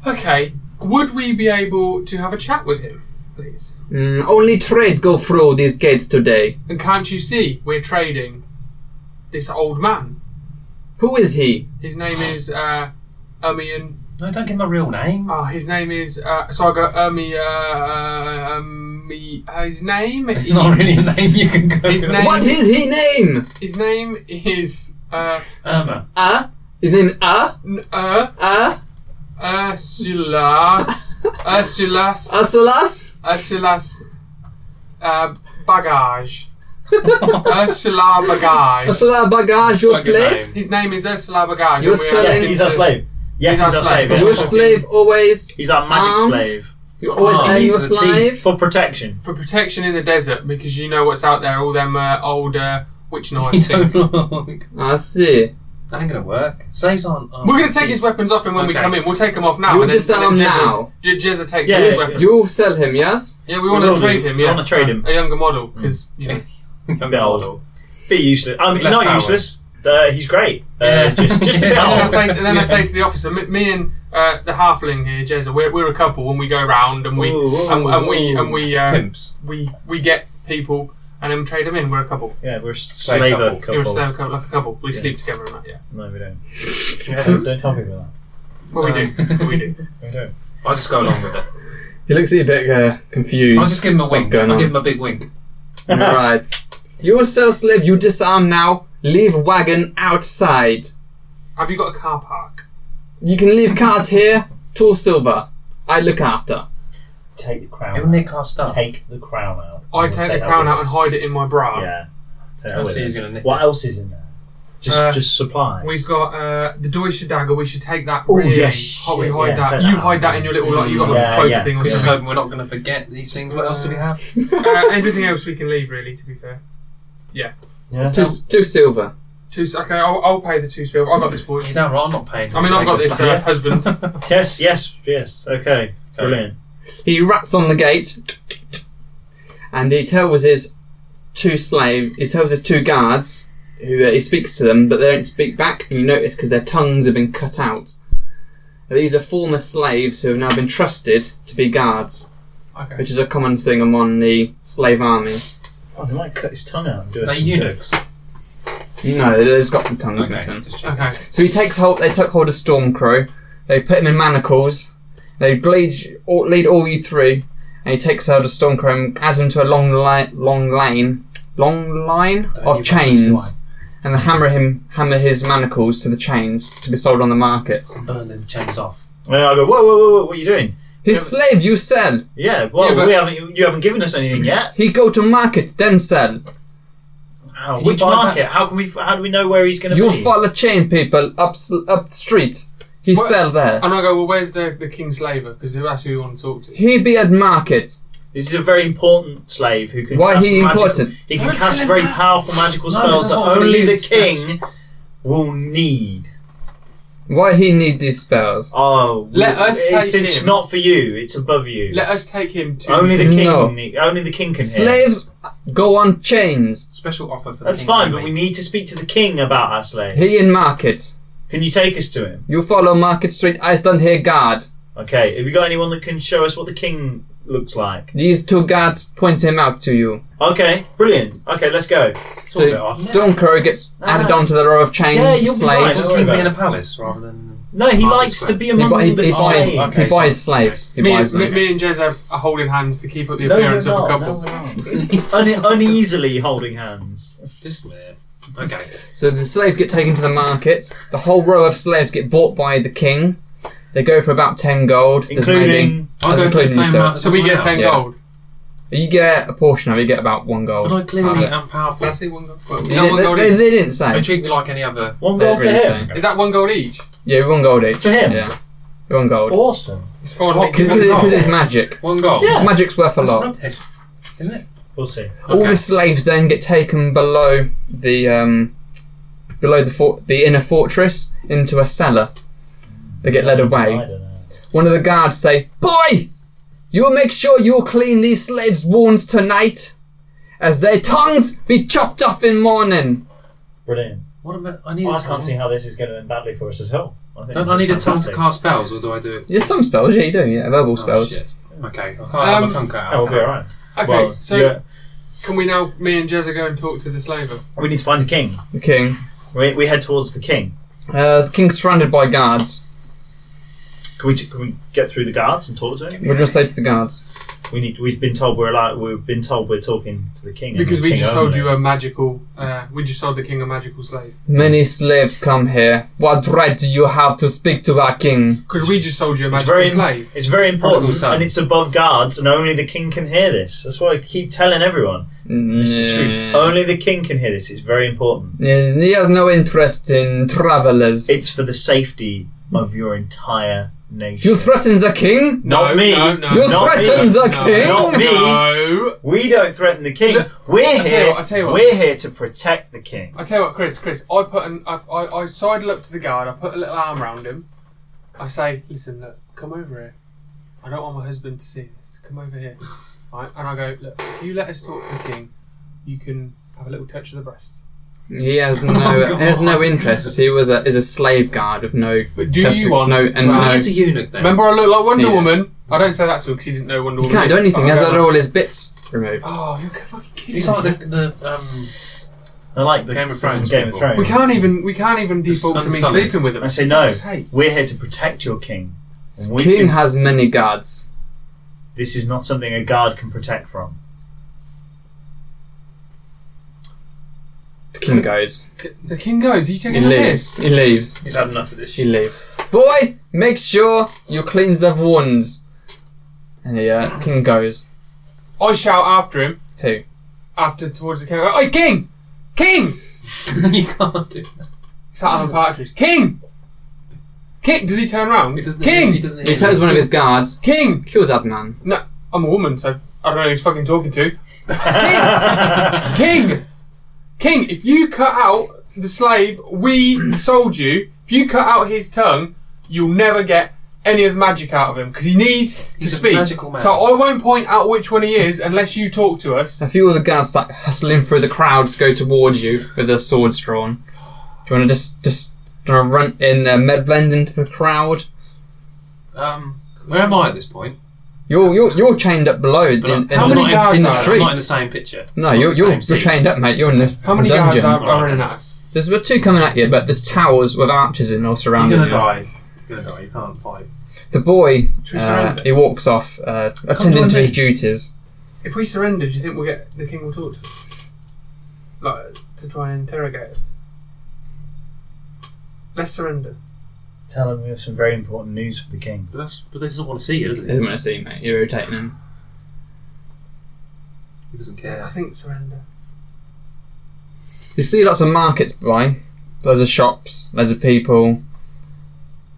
Speaker 6: Okay, would we be able to have a chat with him, please?
Speaker 3: Mm, only trade go through these gates today.
Speaker 6: And can't you see we're trading this old man?
Speaker 3: Who is he?
Speaker 6: His name is uh, Ermian.
Speaker 4: No, don't give him a real name.
Speaker 6: Oh, his name is. Uh, so I go Ermi. Uh, Ermi. Uh, his name.
Speaker 4: It's not really his name. You can go.
Speaker 6: His
Speaker 4: with
Speaker 6: name-
Speaker 3: What is he name?
Speaker 6: His name is uh,
Speaker 4: Irma.
Speaker 3: Uh? His name is Uh?
Speaker 6: N- uh,
Speaker 3: Uh?
Speaker 6: Ursulas, Ursulas,
Speaker 3: Ursulas?
Speaker 6: Ursulas, uh, Bagage, Ursula Bagage.
Speaker 3: Ursula Bagage, your
Speaker 4: Fuck your
Speaker 3: slave?
Speaker 4: name.
Speaker 6: His name is Ursula Bagage.
Speaker 3: Your
Speaker 6: and we are
Speaker 3: surname-
Speaker 6: looking
Speaker 2: He's our
Speaker 6: to-
Speaker 2: slave. Yeah, he's, our slave. yeah.
Speaker 3: Your slave always.
Speaker 2: He's our magic
Speaker 3: Armed.
Speaker 2: slave.
Speaker 3: You always
Speaker 4: Oh,
Speaker 3: are
Speaker 4: he's
Speaker 3: your
Speaker 4: the chief.
Speaker 3: slave.
Speaker 2: For protection.
Speaker 6: For protection in the desert, because you know what's out there, all them uh, old uh, witch
Speaker 4: You
Speaker 6: knives.
Speaker 4: don't
Speaker 6: things.
Speaker 4: look.
Speaker 3: I see.
Speaker 4: That ain't gonna work. Slaves aren't. aren't-
Speaker 6: We're going to take his weapons off him when we
Speaker 4: Okay.
Speaker 6: come in. We'll take them off now.
Speaker 3: You
Speaker 6: and then-
Speaker 3: disarm
Speaker 6: and then Jezza-
Speaker 3: now.
Speaker 6: Je- Jezza takes
Speaker 2: Yeah,
Speaker 6: his
Speaker 2: yeah,
Speaker 6: weapons.
Speaker 3: You sell him, yes?
Speaker 6: Yeah, we
Speaker 2: We
Speaker 6: want
Speaker 2: will
Speaker 6: to trade
Speaker 2: do.
Speaker 6: him.
Speaker 2: We
Speaker 6: Yeah,
Speaker 2: wanna trade him. Mm.
Speaker 6: A younger model, because you know.
Speaker 4: Young
Speaker 2: Bell.
Speaker 4: model.
Speaker 2: Be useless. I mean,
Speaker 4: Less
Speaker 2: not
Speaker 4: power.
Speaker 2: useless. Uh, he's great. Uh,
Speaker 4: Yeah.
Speaker 2: Just, just a
Speaker 4: Yeah.
Speaker 2: bit
Speaker 6: And then I
Speaker 2: old.
Speaker 6: say, and then I say to the officer, me, me and uh, the halfling here, Jezza, we're, we're a couple when we go round and we
Speaker 2: Ooh, ooh,
Speaker 6: and, and we
Speaker 2: ooh.
Speaker 6: and we uh,
Speaker 4: Pimps.
Speaker 6: we we get people and then trade them in. We're a couple.
Speaker 2: Yeah, we're a slaver
Speaker 4: couple.
Speaker 2: couple.
Speaker 6: You're a slave couple, like a couple. We
Speaker 2: Yeah.
Speaker 6: sleep together and that. Yeah.
Speaker 2: No, we don't.
Speaker 4: Yeah.
Speaker 2: Don't, don't tell people that.
Speaker 6: Well, we do. Well, we do.
Speaker 2: We don't.
Speaker 4: I'll just go along with it.
Speaker 3: He looks a bit uh, confused.
Speaker 4: I'll just give him a
Speaker 3: What's
Speaker 4: wink.
Speaker 3: going
Speaker 4: I'll
Speaker 3: on?
Speaker 4: give him a big wink.
Speaker 3: right. You sell slave, you disarm now. Leave wagon outside.
Speaker 6: Have you got a car park?
Speaker 3: You can leave cart here, two silver. I look after.
Speaker 2: Take the crown
Speaker 4: He'll nick our stuff.
Speaker 2: Take the crown out.
Speaker 6: I take, the crown out and hide it in my bra.
Speaker 2: Yeah. Take
Speaker 4: I'll
Speaker 2: that with
Speaker 4: see who's
Speaker 2: us.
Speaker 4: gonna nick
Speaker 2: What
Speaker 4: it.
Speaker 2: else is in there? Just,
Speaker 6: Uh,
Speaker 2: just supplies.
Speaker 6: We've got uh, the Deutsche dagger. We should take that.
Speaker 2: Oh,
Speaker 6: really.
Speaker 2: yes,
Speaker 6: Ho- we
Speaker 2: shit,
Speaker 6: hide
Speaker 2: yeah,
Speaker 6: that.
Speaker 2: take
Speaker 6: You
Speaker 2: that.
Speaker 6: hide that in your little like you got like
Speaker 2: Yeah,
Speaker 6: a cloak
Speaker 2: yeah.
Speaker 6: thing or
Speaker 4: We're just
Speaker 6: something.
Speaker 4: hoping we're not gonna forget these things. What else do we have?
Speaker 6: uh, everything else we can leave really. To be fair.
Speaker 2: Yeah.
Speaker 3: Two, two silver.
Speaker 6: Two, s- okay, I'll, I'll pay the two silver. I've got this boy.
Speaker 4: You're damn right. I'm not paying.
Speaker 6: I mean, I've got this uh,
Speaker 2: Yeah.
Speaker 6: husband.
Speaker 2: Yes, yes, yes. Okay. Brilliant.
Speaker 3: He raps on the gate, and he tells his two slave, he tells his two guards who uh, he speaks to them, but they don't speak back, and you notice because their tongues have been cut out. These are former slaves who have now been trusted to be guards,
Speaker 4: Okay.
Speaker 3: which is a common thing among the slave army.
Speaker 2: Oh, they might cut his tongue out. And do us
Speaker 4: They're
Speaker 2: some good.
Speaker 4: eunuchs.
Speaker 3: No, they- they've just got the tongues missing.
Speaker 4: just check.
Speaker 6: Okay.
Speaker 3: So he takes hold. They take hold of Stormcrow. They put him in manacles. They bleed, all, lead all you three, and he takes hold of Stormcrow and adds him to a long line, long lane, long line of
Speaker 4: Don't you mind this
Speaker 3: chains, and they hammer him, hammer his manacles to the chains to be sold on the market.
Speaker 4: Burn them chains off.
Speaker 2: And I go, whoa, whoa, whoa, whoa, what are you doing?
Speaker 3: His slave, you sell.
Speaker 2: Yeah, well,
Speaker 6: Yeah, but-
Speaker 2: we haven't. You haven't given us anything yet.
Speaker 3: He go to market, then sell.
Speaker 2: How,
Speaker 4: Can you
Speaker 2: which
Speaker 4: buy
Speaker 2: market? How can we? f- How do we know where he's going to
Speaker 3: You
Speaker 2: be?
Speaker 3: follow chain people up s- up street. He
Speaker 6: What?
Speaker 3: sell there.
Speaker 6: And I go, well, where's the, the king's slaver? Because that's who we want to talk to.
Speaker 3: He be at market.
Speaker 2: This is a very important slave who can.
Speaker 3: Why
Speaker 2: cast
Speaker 3: he
Speaker 2: magical-
Speaker 3: important?
Speaker 2: He can
Speaker 4: Don't
Speaker 2: cast
Speaker 4: tell him
Speaker 2: very
Speaker 4: that.
Speaker 2: powerful magical
Speaker 4: No,
Speaker 2: spells
Speaker 4: this is
Speaker 2: that
Speaker 4: what we
Speaker 2: only the
Speaker 4: use.
Speaker 2: king will need.
Speaker 3: Why he need these spells?
Speaker 2: Oh,
Speaker 6: Let
Speaker 2: well,
Speaker 6: us
Speaker 2: It's,
Speaker 6: take
Speaker 2: it's
Speaker 6: him.
Speaker 2: not for you. It's above you.
Speaker 6: Let us take him to
Speaker 2: only the king.
Speaker 3: No.
Speaker 2: need- Only the king can. hear.
Speaker 3: Slaves go on chains.
Speaker 4: Special offer for the
Speaker 2: That's
Speaker 4: king
Speaker 2: fine, but
Speaker 4: only.
Speaker 2: we need to speak to the king about our slave.
Speaker 3: He in market.
Speaker 2: Can you take us to him?
Speaker 3: You follow Market Street, I stand here guard.
Speaker 2: Okay. Have you got anyone that can show us what the king looks like?
Speaker 3: These two guards point him out to you.
Speaker 2: Okay. Brilliant. Okay, let's go. It's all a
Speaker 3: So
Speaker 2: bit odd.
Speaker 3: Stormcrow gets added
Speaker 2: Ah.
Speaker 3: onto the row of chains
Speaker 2: Yeah,
Speaker 3: of
Speaker 2: you'll be fine.
Speaker 3: slaves.
Speaker 2: Don't
Speaker 4: Does the
Speaker 2: worry
Speaker 4: king
Speaker 2: about
Speaker 4: be in
Speaker 2: it.
Speaker 4: a palace rather than.
Speaker 2: No, he
Speaker 4: Market
Speaker 2: likes to
Speaker 4: Square.
Speaker 2: be
Speaker 3: He,
Speaker 2: among
Speaker 3: bu- he,
Speaker 2: the
Speaker 3: he
Speaker 4: Oh,
Speaker 3: buys,
Speaker 2: slaves.
Speaker 4: okay,
Speaker 3: he
Speaker 4: so-
Speaker 3: buys slaves. He
Speaker 6: me,
Speaker 3: buys
Speaker 6: me,
Speaker 3: them.
Speaker 6: me and Jez are, are holding hands to keep up the
Speaker 2: No, they're
Speaker 6: appearance of a
Speaker 2: not.
Speaker 6: couple.
Speaker 2: No, they're not. Un- uneasily holding hands.
Speaker 4: Just weird. Okay.
Speaker 3: So the slaves get taken to the market. The whole row of slaves get bought by the king. They go for about 10 gold. There's maybe.
Speaker 2: Including
Speaker 4: I'll go for the
Speaker 3: Including
Speaker 4: same
Speaker 3: yourself.
Speaker 4: amount as
Speaker 6: So we
Speaker 4: everyone
Speaker 6: get
Speaker 4: else.
Speaker 6: 10
Speaker 3: Yeah.
Speaker 6: gold.
Speaker 3: You get a portion of it, you get about 1 gold.
Speaker 4: But I clearly
Speaker 3: Uh,
Speaker 4: am powerful.
Speaker 6: That's it, one gold. Well, is
Speaker 3: they,
Speaker 6: that one
Speaker 3: didn't-
Speaker 6: gold
Speaker 3: they,
Speaker 6: each?
Speaker 3: they didn't say.
Speaker 4: They treat me like any other.
Speaker 2: one
Speaker 3: They
Speaker 2: goal
Speaker 3: didn't
Speaker 2: for
Speaker 3: really
Speaker 2: him.
Speaker 3: say.
Speaker 6: Is that one gold each?
Speaker 3: Yeah, 1 gold each.
Speaker 2: For him?
Speaker 3: Yeah. 1
Speaker 6: Oh,
Speaker 3: gold.
Speaker 2: Awesome.
Speaker 6: It's four
Speaker 4: What?
Speaker 6: hundred.
Speaker 4: One gold.
Speaker 3: Because it's magic.
Speaker 4: One goal.
Speaker 2: Yeah.
Speaker 3: Oh, Magic's worth a
Speaker 4: That's
Speaker 3: lot.
Speaker 4: rubhead, isn't it?
Speaker 2: We'll see.
Speaker 3: All
Speaker 4: Okay.
Speaker 3: the slaves then get taken below the um, below the for- the inner fortress into a cellar. They get led
Speaker 2: I
Speaker 3: away.
Speaker 2: don't know.
Speaker 3: One of the guards say, "Boy, you make sure you clean these slaves' wounds tonight, as their tongues be chopped off in morning."
Speaker 2: Brilliant.
Speaker 4: What about? I need
Speaker 2: I
Speaker 4: a
Speaker 2: can't see
Speaker 4: tongue.
Speaker 2: how this is going to end badly for us at all. I think
Speaker 4: Don't
Speaker 2: this
Speaker 4: I
Speaker 2: is
Speaker 4: need a tongue to
Speaker 2: fantastic.
Speaker 4: cast spells, or do I do it?
Speaker 3: There's some spells, yeah, you do, yeah, verbal
Speaker 4: Oh,
Speaker 3: spells.
Speaker 4: shit. Okay. I can't have
Speaker 6: Um,
Speaker 4: my tongue cut out.
Speaker 2: Oh, we'll be alright.
Speaker 6: Okay,
Speaker 2: well,
Speaker 6: so
Speaker 2: yeah.
Speaker 6: can we now, me and Jez, go and talk to the slaver?
Speaker 2: we need to find the king.
Speaker 3: The king,
Speaker 2: We, we head towards the king.
Speaker 3: uh, the king's surrounded by guards.
Speaker 2: Can we, can we get through the guards and talk to him?
Speaker 3: What do you say to the guards?
Speaker 2: We need. We've been told we're allowed. We've been told we're talking to the king. and
Speaker 6: Because
Speaker 2: the
Speaker 6: we
Speaker 2: king
Speaker 6: just sold
Speaker 2: only.
Speaker 6: you a magical, uh, we just sold the king a magical slave.
Speaker 3: Many slaves come here. What right do you have to speak to our king?
Speaker 6: Because we just sold you a
Speaker 2: It's
Speaker 6: magical
Speaker 2: very,
Speaker 6: slave.
Speaker 2: it's very
Speaker 4: Prodigal
Speaker 2: important,
Speaker 4: son.
Speaker 2: and it's above guards, and only the king can hear this. That's why I keep telling everyone. It's the truth. Only the king can hear this. It's very important.
Speaker 3: Oh, Yes, He has no interest in travelers.
Speaker 2: It's for the safety of your entire nation.
Speaker 3: You threaten the king?
Speaker 2: Not
Speaker 6: no,
Speaker 2: me.
Speaker 6: No, no,
Speaker 3: You
Speaker 6: no,
Speaker 3: threaten
Speaker 2: me.
Speaker 3: the
Speaker 6: no,
Speaker 3: king?
Speaker 2: Not me.
Speaker 6: No.
Speaker 2: we don't threaten the king.
Speaker 6: Look,
Speaker 2: we're
Speaker 6: I tell you
Speaker 2: here.
Speaker 6: what, I tell you what.
Speaker 2: We're here to protect the king.
Speaker 6: I tell you what, Chris, Chris, I put an, I, I, I sidle up to the guard, I put a little arm round him. I say, listen, look, come over here. I don't want my husband to see this. Come over here. Right? And I go, look, if you let us talk to the king, you can have a little touch of the breast.
Speaker 3: He has no
Speaker 4: Oh, God.
Speaker 3: he has no interest. He was a is a slave guard of no
Speaker 6: But do
Speaker 3: testi-
Speaker 6: you want
Speaker 3: no and
Speaker 6: to
Speaker 4: Well,
Speaker 3: no
Speaker 4: he's a eunuch then.
Speaker 6: Remember, I look like Wonder
Speaker 3: Yeah.
Speaker 6: Woman. I don't say that to him because he didn't know Wonder
Speaker 3: He
Speaker 6: Woman.
Speaker 3: can't do
Speaker 6: is,
Speaker 3: anything, he
Speaker 6: but
Speaker 3: has
Speaker 6: I
Speaker 3: had
Speaker 6: go,
Speaker 3: all his bits removed.
Speaker 6: Oh, you're fucking kidding
Speaker 4: He's
Speaker 6: me.
Speaker 4: like the, the um.
Speaker 2: I like the
Speaker 4: Game of Thrones
Speaker 2: Game
Speaker 4: people.
Speaker 2: of Thrones.
Speaker 6: We can't even we can't even default to me
Speaker 4: unsummoned.
Speaker 6: sleeping with him.
Speaker 2: I say no.
Speaker 6: For fuck's sake.
Speaker 2: We're here to protect your king.
Speaker 3: His
Speaker 2: We
Speaker 3: king
Speaker 2: can-
Speaker 3: has many guards.
Speaker 2: This is not something a guard can protect from.
Speaker 3: The king goes.
Speaker 6: The king goes. Are you
Speaker 3: He
Speaker 6: taking the piss?
Speaker 3: leaves. He leaves.
Speaker 4: He's had enough of this
Speaker 3: He
Speaker 4: shit.
Speaker 3: leaves. Boy, make sure you cleanse the wounds. And the uh, king goes.
Speaker 6: I shout after him.
Speaker 3: Who?
Speaker 6: After towards the king. I go, Oi, king, king!
Speaker 4: you can't do. That.
Speaker 6: It's that Alan Partridge. King, king. Does he turn round?
Speaker 4: He doesn't.
Speaker 6: King,
Speaker 4: He doesn't.
Speaker 3: He tells one of his guards.
Speaker 6: king.
Speaker 3: Kills Adnan.
Speaker 6: No, I'm a woman, so I don't know who he's fucking talking to. King, king, king. If you cut out the slave we sold you, if you cut out his tongue, you'll never get any of the magic out of him because he needs
Speaker 4: He's a
Speaker 6: to speak.
Speaker 4: magical man.
Speaker 6: So I won't point out which one he is unless you talk to us.
Speaker 3: A few of the guards start hustling through the crowd to go towards you with their swords drawn. Do you want to just just do you want to run in uh, medblend into the crowd?
Speaker 4: Um, where am I at this point?
Speaker 3: You're you're you're chained up below in,
Speaker 4: But I'm-
Speaker 3: in,
Speaker 4: so
Speaker 6: how
Speaker 4: I'm
Speaker 6: many
Speaker 4: not in-
Speaker 6: guards
Speaker 3: in the
Speaker 6: are there?
Speaker 4: I'm not in the
Speaker 3: streets.
Speaker 4: same picture.
Speaker 3: No,
Speaker 4: I'm not
Speaker 3: you're
Speaker 4: in the
Speaker 3: you're,
Speaker 4: same
Speaker 3: you're
Speaker 4: scene.
Speaker 3: chained up, mate. You're in the
Speaker 6: How many
Speaker 3: dungeon.
Speaker 6: guards are, are running at us?
Speaker 3: There's about two coming at you, but there's towers with archers in all
Speaker 4: You're
Speaker 3: surrounding
Speaker 4: gonna
Speaker 3: you.
Speaker 4: die. You're gonna die. You can't fight.
Speaker 3: The boy,
Speaker 6: Should we
Speaker 3: uh,
Speaker 6: surrender?
Speaker 3: he walks off, uh,
Speaker 6: join
Speaker 3: attending to his
Speaker 6: me.
Speaker 3: duties.
Speaker 6: If we surrender, do you think we'll get the king will talk to us? Like to try and interrogate us? Let's surrender.
Speaker 2: Tell him we have some very important news for the king.
Speaker 4: But that's but they doesn't want to see you, does
Speaker 3: He
Speaker 4: it?
Speaker 3: doesn't want to see you, mate. You're irritating him.
Speaker 4: He doesn't
Speaker 6: I
Speaker 4: care.
Speaker 6: think surrender.
Speaker 3: You see lots of markets by. Loads of shops, loads of people.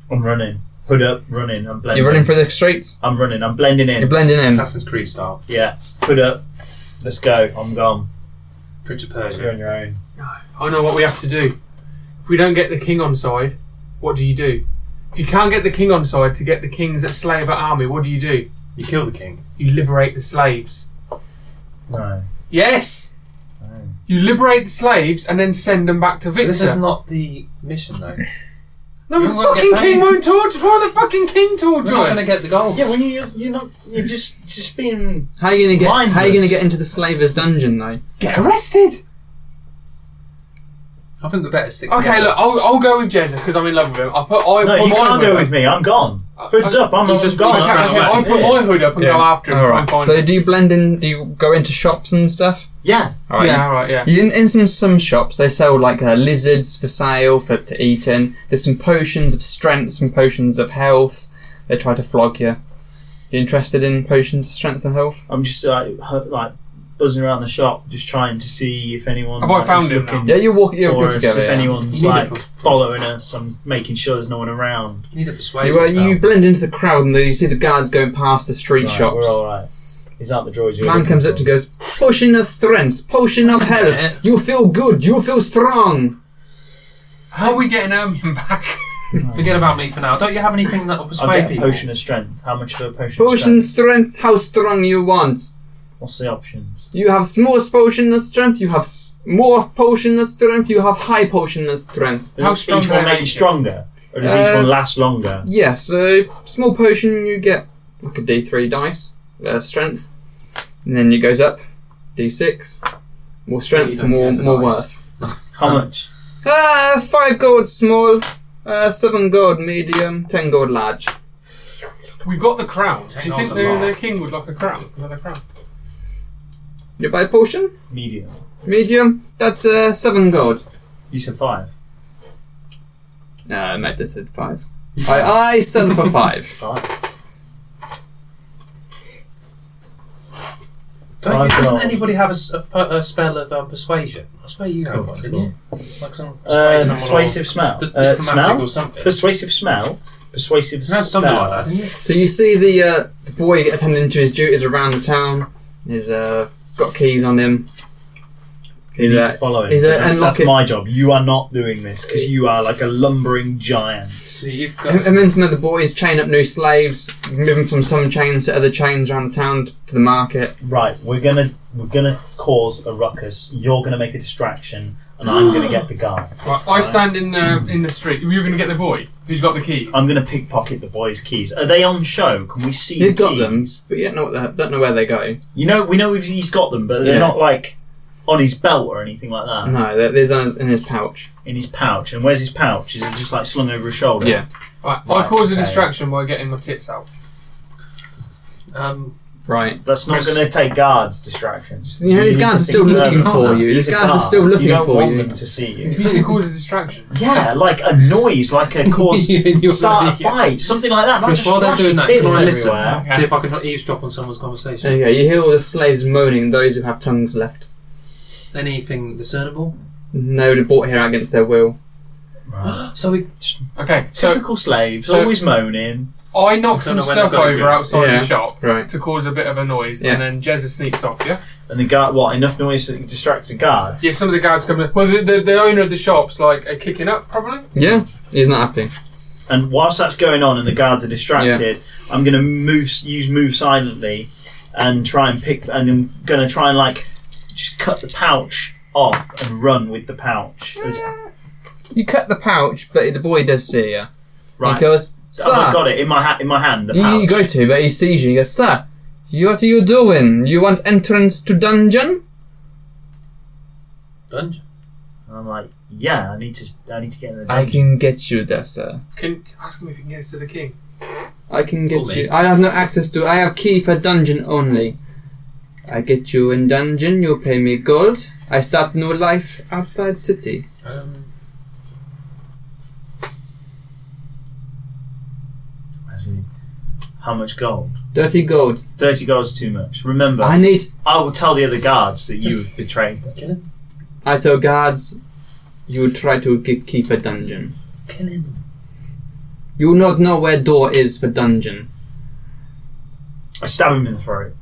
Speaker 2: I'm running. Hood up, running. I'm blending.
Speaker 3: You're running through the streets?
Speaker 2: I'm running. I'm blending in.
Speaker 3: You're blending in.
Speaker 4: Assassin's Creed style.
Speaker 2: yeah. Hood up. Let's go. I'm gone.
Speaker 4: Prince of
Speaker 2: You're
Speaker 4: Persia.
Speaker 2: on your own.
Speaker 6: I know what we have to do. If we don't get the king on side, what do you do? If you can't get the king on side to get the king's slaver army, what do you do?
Speaker 4: You kill the king.
Speaker 6: You liberate the slaves.
Speaker 2: No.
Speaker 6: Yes!
Speaker 2: no.
Speaker 6: You liberate the slaves and then send them back to Victor.
Speaker 4: This is not the mission though.
Speaker 6: no,
Speaker 4: we
Speaker 6: the
Speaker 4: won't
Speaker 6: fucking
Speaker 4: get
Speaker 6: king
Speaker 4: paid.
Speaker 6: won't talk to us. Why the fucking king
Speaker 4: We're
Speaker 6: talk to
Speaker 4: not gonna
Speaker 6: us?
Speaker 4: get the goal.
Speaker 2: Yeah, when you you're not you're just just being
Speaker 3: How are you gonna get? How are you gonna
Speaker 2: Mindless.
Speaker 3: get into the slaver's dungeon though?
Speaker 6: Get arrested!
Speaker 4: I think we better stick.
Speaker 6: Okay,
Speaker 4: together.
Speaker 6: look, I'll, I'll go with Jezza because I'm in love with him. I'll put, I
Speaker 2: No,
Speaker 6: put
Speaker 2: you
Speaker 6: my
Speaker 2: can't
Speaker 6: hood
Speaker 2: go
Speaker 6: up.
Speaker 2: with me. I'm gone. Hoods up. I'm, I'm
Speaker 4: he's just-
Speaker 2: gone.
Speaker 4: he's
Speaker 6: Okay,
Speaker 2: I'm
Speaker 6: okay,
Speaker 4: just-
Speaker 6: I'll
Speaker 2: running.
Speaker 6: put my hood up and go after him.
Speaker 3: All
Speaker 6: try
Speaker 3: right.
Speaker 6: and find
Speaker 3: So
Speaker 6: him.
Speaker 3: do you blend in? Do you go into shops and stuff?
Speaker 2: Yeah.
Speaker 3: All right.
Speaker 6: yeah, alright, yeah.
Speaker 3: You, in, in some some shops they sell like uh, lizards for sale for to eat in. There's some potions of strength, some potions of health. They try to flog you. You interested in potions of strength and health?
Speaker 2: I'm just like hu- like buzzing around the shop, just trying to see if anyone.
Speaker 6: Have I
Speaker 2: like,
Speaker 6: found
Speaker 2: is
Speaker 6: him
Speaker 2: looking
Speaker 3: Yeah, you walk. You
Speaker 2: for
Speaker 3: walk
Speaker 2: us,
Speaker 3: together.
Speaker 2: if
Speaker 3: yeah.
Speaker 2: anyone's
Speaker 4: You need
Speaker 2: like
Speaker 4: to-
Speaker 2: following us, I'm making sure there's no one around.
Speaker 4: You need a persuasion
Speaker 3: You, uh,
Speaker 4: spell.
Speaker 3: you blend into the crowd and then you see the guards going past the street
Speaker 2: Right,
Speaker 3: shops.
Speaker 2: We're all right. Is that the droid?
Speaker 3: The
Speaker 2: you're
Speaker 3: Man
Speaker 2: looking
Speaker 3: comes up
Speaker 2: for?
Speaker 3: to goes, potion of strength, potion of
Speaker 4: Yeah.
Speaker 3: health. You feel good. You feel strong.
Speaker 6: How are we getting Ermion back?
Speaker 4: Forget about me for now. Don't you have anything that will
Speaker 2: I'll
Speaker 4: persuade
Speaker 2: get a
Speaker 4: people?
Speaker 2: potion of strength. How much of a potion? Of
Speaker 3: Potion
Speaker 2: strength?
Speaker 3: strength. How strong you want.
Speaker 2: What's the options?
Speaker 3: You have small potion of strength, you have s- more potion of strength, you have high potion of strength.
Speaker 6: How
Speaker 2: Does
Speaker 6: strong
Speaker 2: each
Speaker 6: will
Speaker 2: one
Speaker 6: it
Speaker 2: make
Speaker 6: make
Speaker 2: you
Speaker 6: you?
Speaker 2: stronger, or does
Speaker 3: Uh,
Speaker 2: each one last longer?
Speaker 3: Yeah, so small potion you get like a d3 dice, uh, strength, and then it goes up, d6, more
Speaker 4: You
Speaker 3: strength,
Speaker 4: don't
Speaker 3: more
Speaker 4: care for
Speaker 3: more
Speaker 4: dice.
Speaker 3: worth.
Speaker 2: How much?
Speaker 3: Uh, five gold small, uh, seven gold medium, ten gold large.
Speaker 6: We've got the crown. Do you
Speaker 4: Hang on
Speaker 6: think
Speaker 4: a
Speaker 6: the,
Speaker 4: lot.
Speaker 6: the king would like a crown? Another crown?
Speaker 3: You buy potion
Speaker 2: Medium.
Speaker 3: medium. That's uh, seven gold.
Speaker 2: You said five.
Speaker 3: Uh, Meta said five. I I sell for five.
Speaker 2: Five.
Speaker 4: Don't you,
Speaker 2: Five
Speaker 4: doesn't
Speaker 2: gold.
Speaker 4: anybody have a, s- a per- a spell of um, persuasion? That's where you
Speaker 2: Cool,
Speaker 4: have one, didn't
Speaker 2: cool.
Speaker 4: you? Like some
Speaker 2: Uh,
Speaker 4: persuade someone
Speaker 2: persuasive smell.
Speaker 4: or di-
Speaker 2: Uh,
Speaker 4: diplomatic
Speaker 2: smell.
Speaker 4: or something.
Speaker 2: Persuasive smell. Persuasive
Speaker 4: you
Speaker 2: smell.
Speaker 4: had something like that, didn't you?
Speaker 3: So you see the uh, the boy attending to his duties around the town. He's uh, got keys on him. He's
Speaker 2: You need
Speaker 3: uh,
Speaker 2: to follow him.
Speaker 3: is it
Speaker 2: That's-
Speaker 3: unlock
Speaker 2: That's
Speaker 3: it?
Speaker 2: my job. You are not doing this because you are like a lumbering giant.
Speaker 4: So you've got.
Speaker 3: and and then some of the boys chain up new slaves, moving from some chains to other chains around the town for the market.
Speaker 2: Right, we're gonna we're gonna cause a ruckus. You're gonna make a distraction, and I'm gonna get the guy.
Speaker 6: Right, I stand in the in the street. You're going to get the boy who's got the keys.
Speaker 2: I'm gonna pickpocket the boys' keys. Are they on show? Can we see?
Speaker 3: He's
Speaker 2: the
Speaker 3: got them,
Speaker 2: keys?
Speaker 3: but you don't know what they don't know where they go.
Speaker 2: You know, we know if he's got them, but they're
Speaker 3: Yeah.
Speaker 2: not like on his belt or anything like that.
Speaker 3: No, they're, they're in his- in his pouch.
Speaker 2: In his pouch. And where's his pouch? Is it just like slung over his shoulder?
Speaker 3: Yeah.
Speaker 6: Right, I
Speaker 2: Right,
Speaker 6: cause a
Speaker 2: okay.
Speaker 6: distraction by getting my tits out.
Speaker 4: Um,
Speaker 3: Right.
Speaker 2: That's not
Speaker 4: Chris-
Speaker 2: gonna take guards' distractions.
Speaker 3: You know, these
Speaker 2: need
Speaker 3: guards
Speaker 2: to
Speaker 3: are still
Speaker 2: think
Speaker 3: looking
Speaker 2: them.
Speaker 3: for you. These
Speaker 2: are
Speaker 3: guards are still looking
Speaker 2: you don't
Speaker 3: for
Speaker 2: want
Speaker 3: you.
Speaker 2: them to see you.
Speaker 6: You said cause a distraction.
Speaker 2: Yeah, like a noise, like a cause
Speaker 4: in your
Speaker 2: start a fight, something like that. Not
Speaker 4: Chris,
Speaker 2: just
Speaker 4: while they're
Speaker 2: flashing
Speaker 4: doing that,
Speaker 2: tits
Speaker 4: can I listen?
Speaker 2: everywhere.
Speaker 4: See if I can eavesdrop on someone's
Speaker 3: There
Speaker 4: conversation.
Speaker 3: you go. You hear all the slaves moaning. Those who have tongues left.
Speaker 4: Anything discernible?
Speaker 3: No, they're brought here against their will.
Speaker 4: So we.
Speaker 6: Okay, so
Speaker 2: Typical slaves,
Speaker 6: so-
Speaker 2: always moaning.
Speaker 6: I knock some
Speaker 4: Don't know when I've
Speaker 6: stuff
Speaker 4: got to
Speaker 6: over
Speaker 4: go.
Speaker 6: outside
Speaker 3: Yeah.
Speaker 6: the shop
Speaker 3: Right.
Speaker 6: to cause a bit of a noise,
Speaker 3: Yeah.
Speaker 6: and then Jezza sneaks off. Yeah,
Speaker 2: And the guard, what, enough noise that distracts the guards?
Speaker 6: yeah. Some of the guards come in. Well, the, the, the owner of the shop's like uh, kicking up, probably.
Speaker 3: Yeah, he's not happy.
Speaker 2: And whilst that's going on and the guards are distracted, I'm going to move, use move silently, and try and pick. And I'm going to try and like just cut the pouch off and run with the pouch. It's-
Speaker 3: You cut the pouch, but the boy does see you.
Speaker 2: right,
Speaker 3: He goes, sir.
Speaker 2: I've got it in my ha- in my hand. The
Speaker 3: You,
Speaker 2: pouch.
Speaker 3: you go to, but he sees you. He goes, sir, you- what are you doing? You want entrance to dungeon?
Speaker 4: Dungeon.
Speaker 2: And I'm like, yeah, I need to. I need to get in the
Speaker 3: I
Speaker 2: dungeon.
Speaker 3: can get you there, sir.
Speaker 6: Can ask him if he can get us to the king.
Speaker 3: I can get
Speaker 4: Only.
Speaker 3: you. I have no access to. I have key for dungeon only. I get you in dungeon. You pay me gold. I start new life outside city.
Speaker 4: Um,
Speaker 2: I see. How much gold?
Speaker 3: Dirty gold.
Speaker 2: Thirty gold is too much. Remember,
Speaker 3: I
Speaker 2: I,
Speaker 3: need.
Speaker 2: will tell the other guards that you have betrayed them.
Speaker 3: I tell guards, you try to keep, keep a dungeon.
Speaker 4: kill him.
Speaker 3: You not know where door is for dungeon
Speaker 2: I stab him in the throat.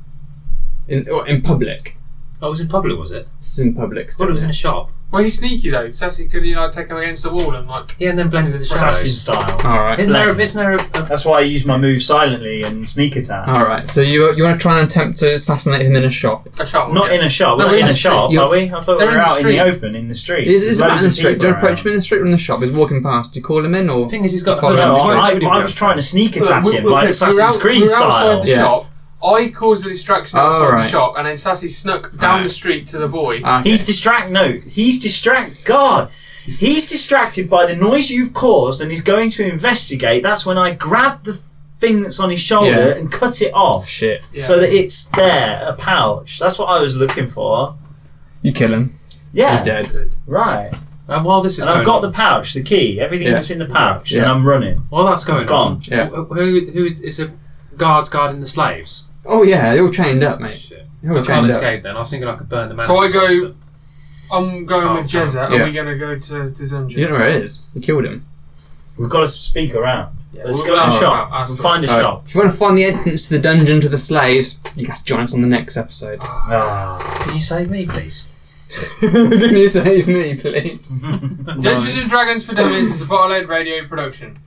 Speaker 3: in or in public.
Speaker 4: Oh, it was in public, was it?
Speaker 3: This is in public.
Speaker 4: I thought it was in a shop.
Speaker 6: Well, he's sneaky though. Sassy could he like take him against the wall and like
Speaker 4: Yeah, and then blended with the
Speaker 2: Assassin
Speaker 4: shadows.
Speaker 2: style.
Speaker 3: All right.
Speaker 4: Isn't there? A, isn't there? A, a,
Speaker 2: That's why I use my move silently and sneak attack.
Speaker 6: Oh.
Speaker 3: All right. So you you want to try and attempt to assassinate him in a shop?
Speaker 6: a shot.
Speaker 2: Not in a shop.
Speaker 6: No,
Speaker 2: we're
Speaker 6: we're
Speaker 2: in
Speaker 6: in
Speaker 2: a
Speaker 6: the street.
Speaker 2: shop,
Speaker 3: You're-
Speaker 2: are we? I thought we
Speaker 6: They're
Speaker 2: were
Speaker 6: in the
Speaker 2: out in the
Speaker 6: street.
Speaker 2: open, in the street.
Speaker 3: Is is
Speaker 2: There's
Speaker 3: about
Speaker 2: loads
Speaker 3: in the
Speaker 2: of
Speaker 3: street? Do you
Speaker 2: people
Speaker 3: approach him in
Speaker 2: around.
Speaker 3: the street or in the shop? Is walking past? Do you call him in or?
Speaker 4: the thing is, he's got a
Speaker 3: Follow
Speaker 4: hood
Speaker 2: No,
Speaker 4: on. He's
Speaker 2: I,
Speaker 4: right in the
Speaker 2: I was
Speaker 4: video.
Speaker 2: trying to sneak attack him,
Speaker 6: we
Speaker 2: like
Speaker 6: were,
Speaker 2: Assassin's
Speaker 6: out,
Speaker 2: Creed
Speaker 6: we were
Speaker 2: style.
Speaker 6: outside the
Speaker 3: Yeah.
Speaker 6: shop. I caused the distraction outside the
Speaker 3: Alright.
Speaker 6: shop, and then Sassy snuck down
Speaker 3: Alright.
Speaker 6: the street to the boy.
Speaker 3: Ah, okay.
Speaker 2: He's distract. No, he's distract. God, he's distracted by the noise you've caused, and he's going to investigate. That's when I grab the thing that's on his shoulder
Speaker 3: Yeah.
Speaker 2: and cut it off,
Speaker 3: shit.
Speaker 6: Yeah.
Speaker 2: so that it's there, a pouch. That's what I was looking for.
Speaker 3: You kill him.
Speaker 2: Yeah,
Speaker 3: He's dead.
Speaker 2: right.
Speaker 4: And while this is
Speaker 2: And I've
Speaker 4: going
Speaker 2: got
Speaker 4: on,
Speaker 2: the pouch, the key, everything
Speaker 3: Yeah.
Speaker 2: that's in the pouch, and
Speaker 3: Yeah.
Speaker 2: I'm running.
Speaker 4: while that's going
Speaker 2: Gone.
Speaker 4: on,
Speaker 3: Yeah.
Speaker 4: wh- who who is, is a guards guarding the slaves?
Speaker 3: Oh yeah, you're all chained up, mate.
Speaker 4: Shit.
Speaker 3: You're all
Speaker 4: I can't
Speaker 3: chained up.
Speaker 4: escape then. I was thinking I could burn the man.
Speaker 6: So I go- I'm going
Speaker 4: Oh,
Speaker 6: with Jezza. Are
Speaker 3: yeah.
Speaker 6: we going to go to the
Speaker 3: You don't
Speaker 6: dungeon?
Speaker 3: know where it is. You killed him.
Speaker 2: We've got to speak around. Let's
Speaker 6: We'll
Speaker 2: go to the
Speaker 6: go
Speaker 2: shop.
Speaker 6: out, ask
Speaker 2: We'll
Speaker 6: them.
Speaker 2: find a
Speaker 3: Alright.
Speaker 2: shop.
Speaker 3: If you want to find the entrance to the dungeon to the slaves, you got to join us on the next episode.
Speaker 2: Ah.
Speaker 4: Can you save me, please?
Speaker 3: Can you save me, please?
Speaker 6: Dungeons and Dragons for Dummies is a Bottle Aid Radio production.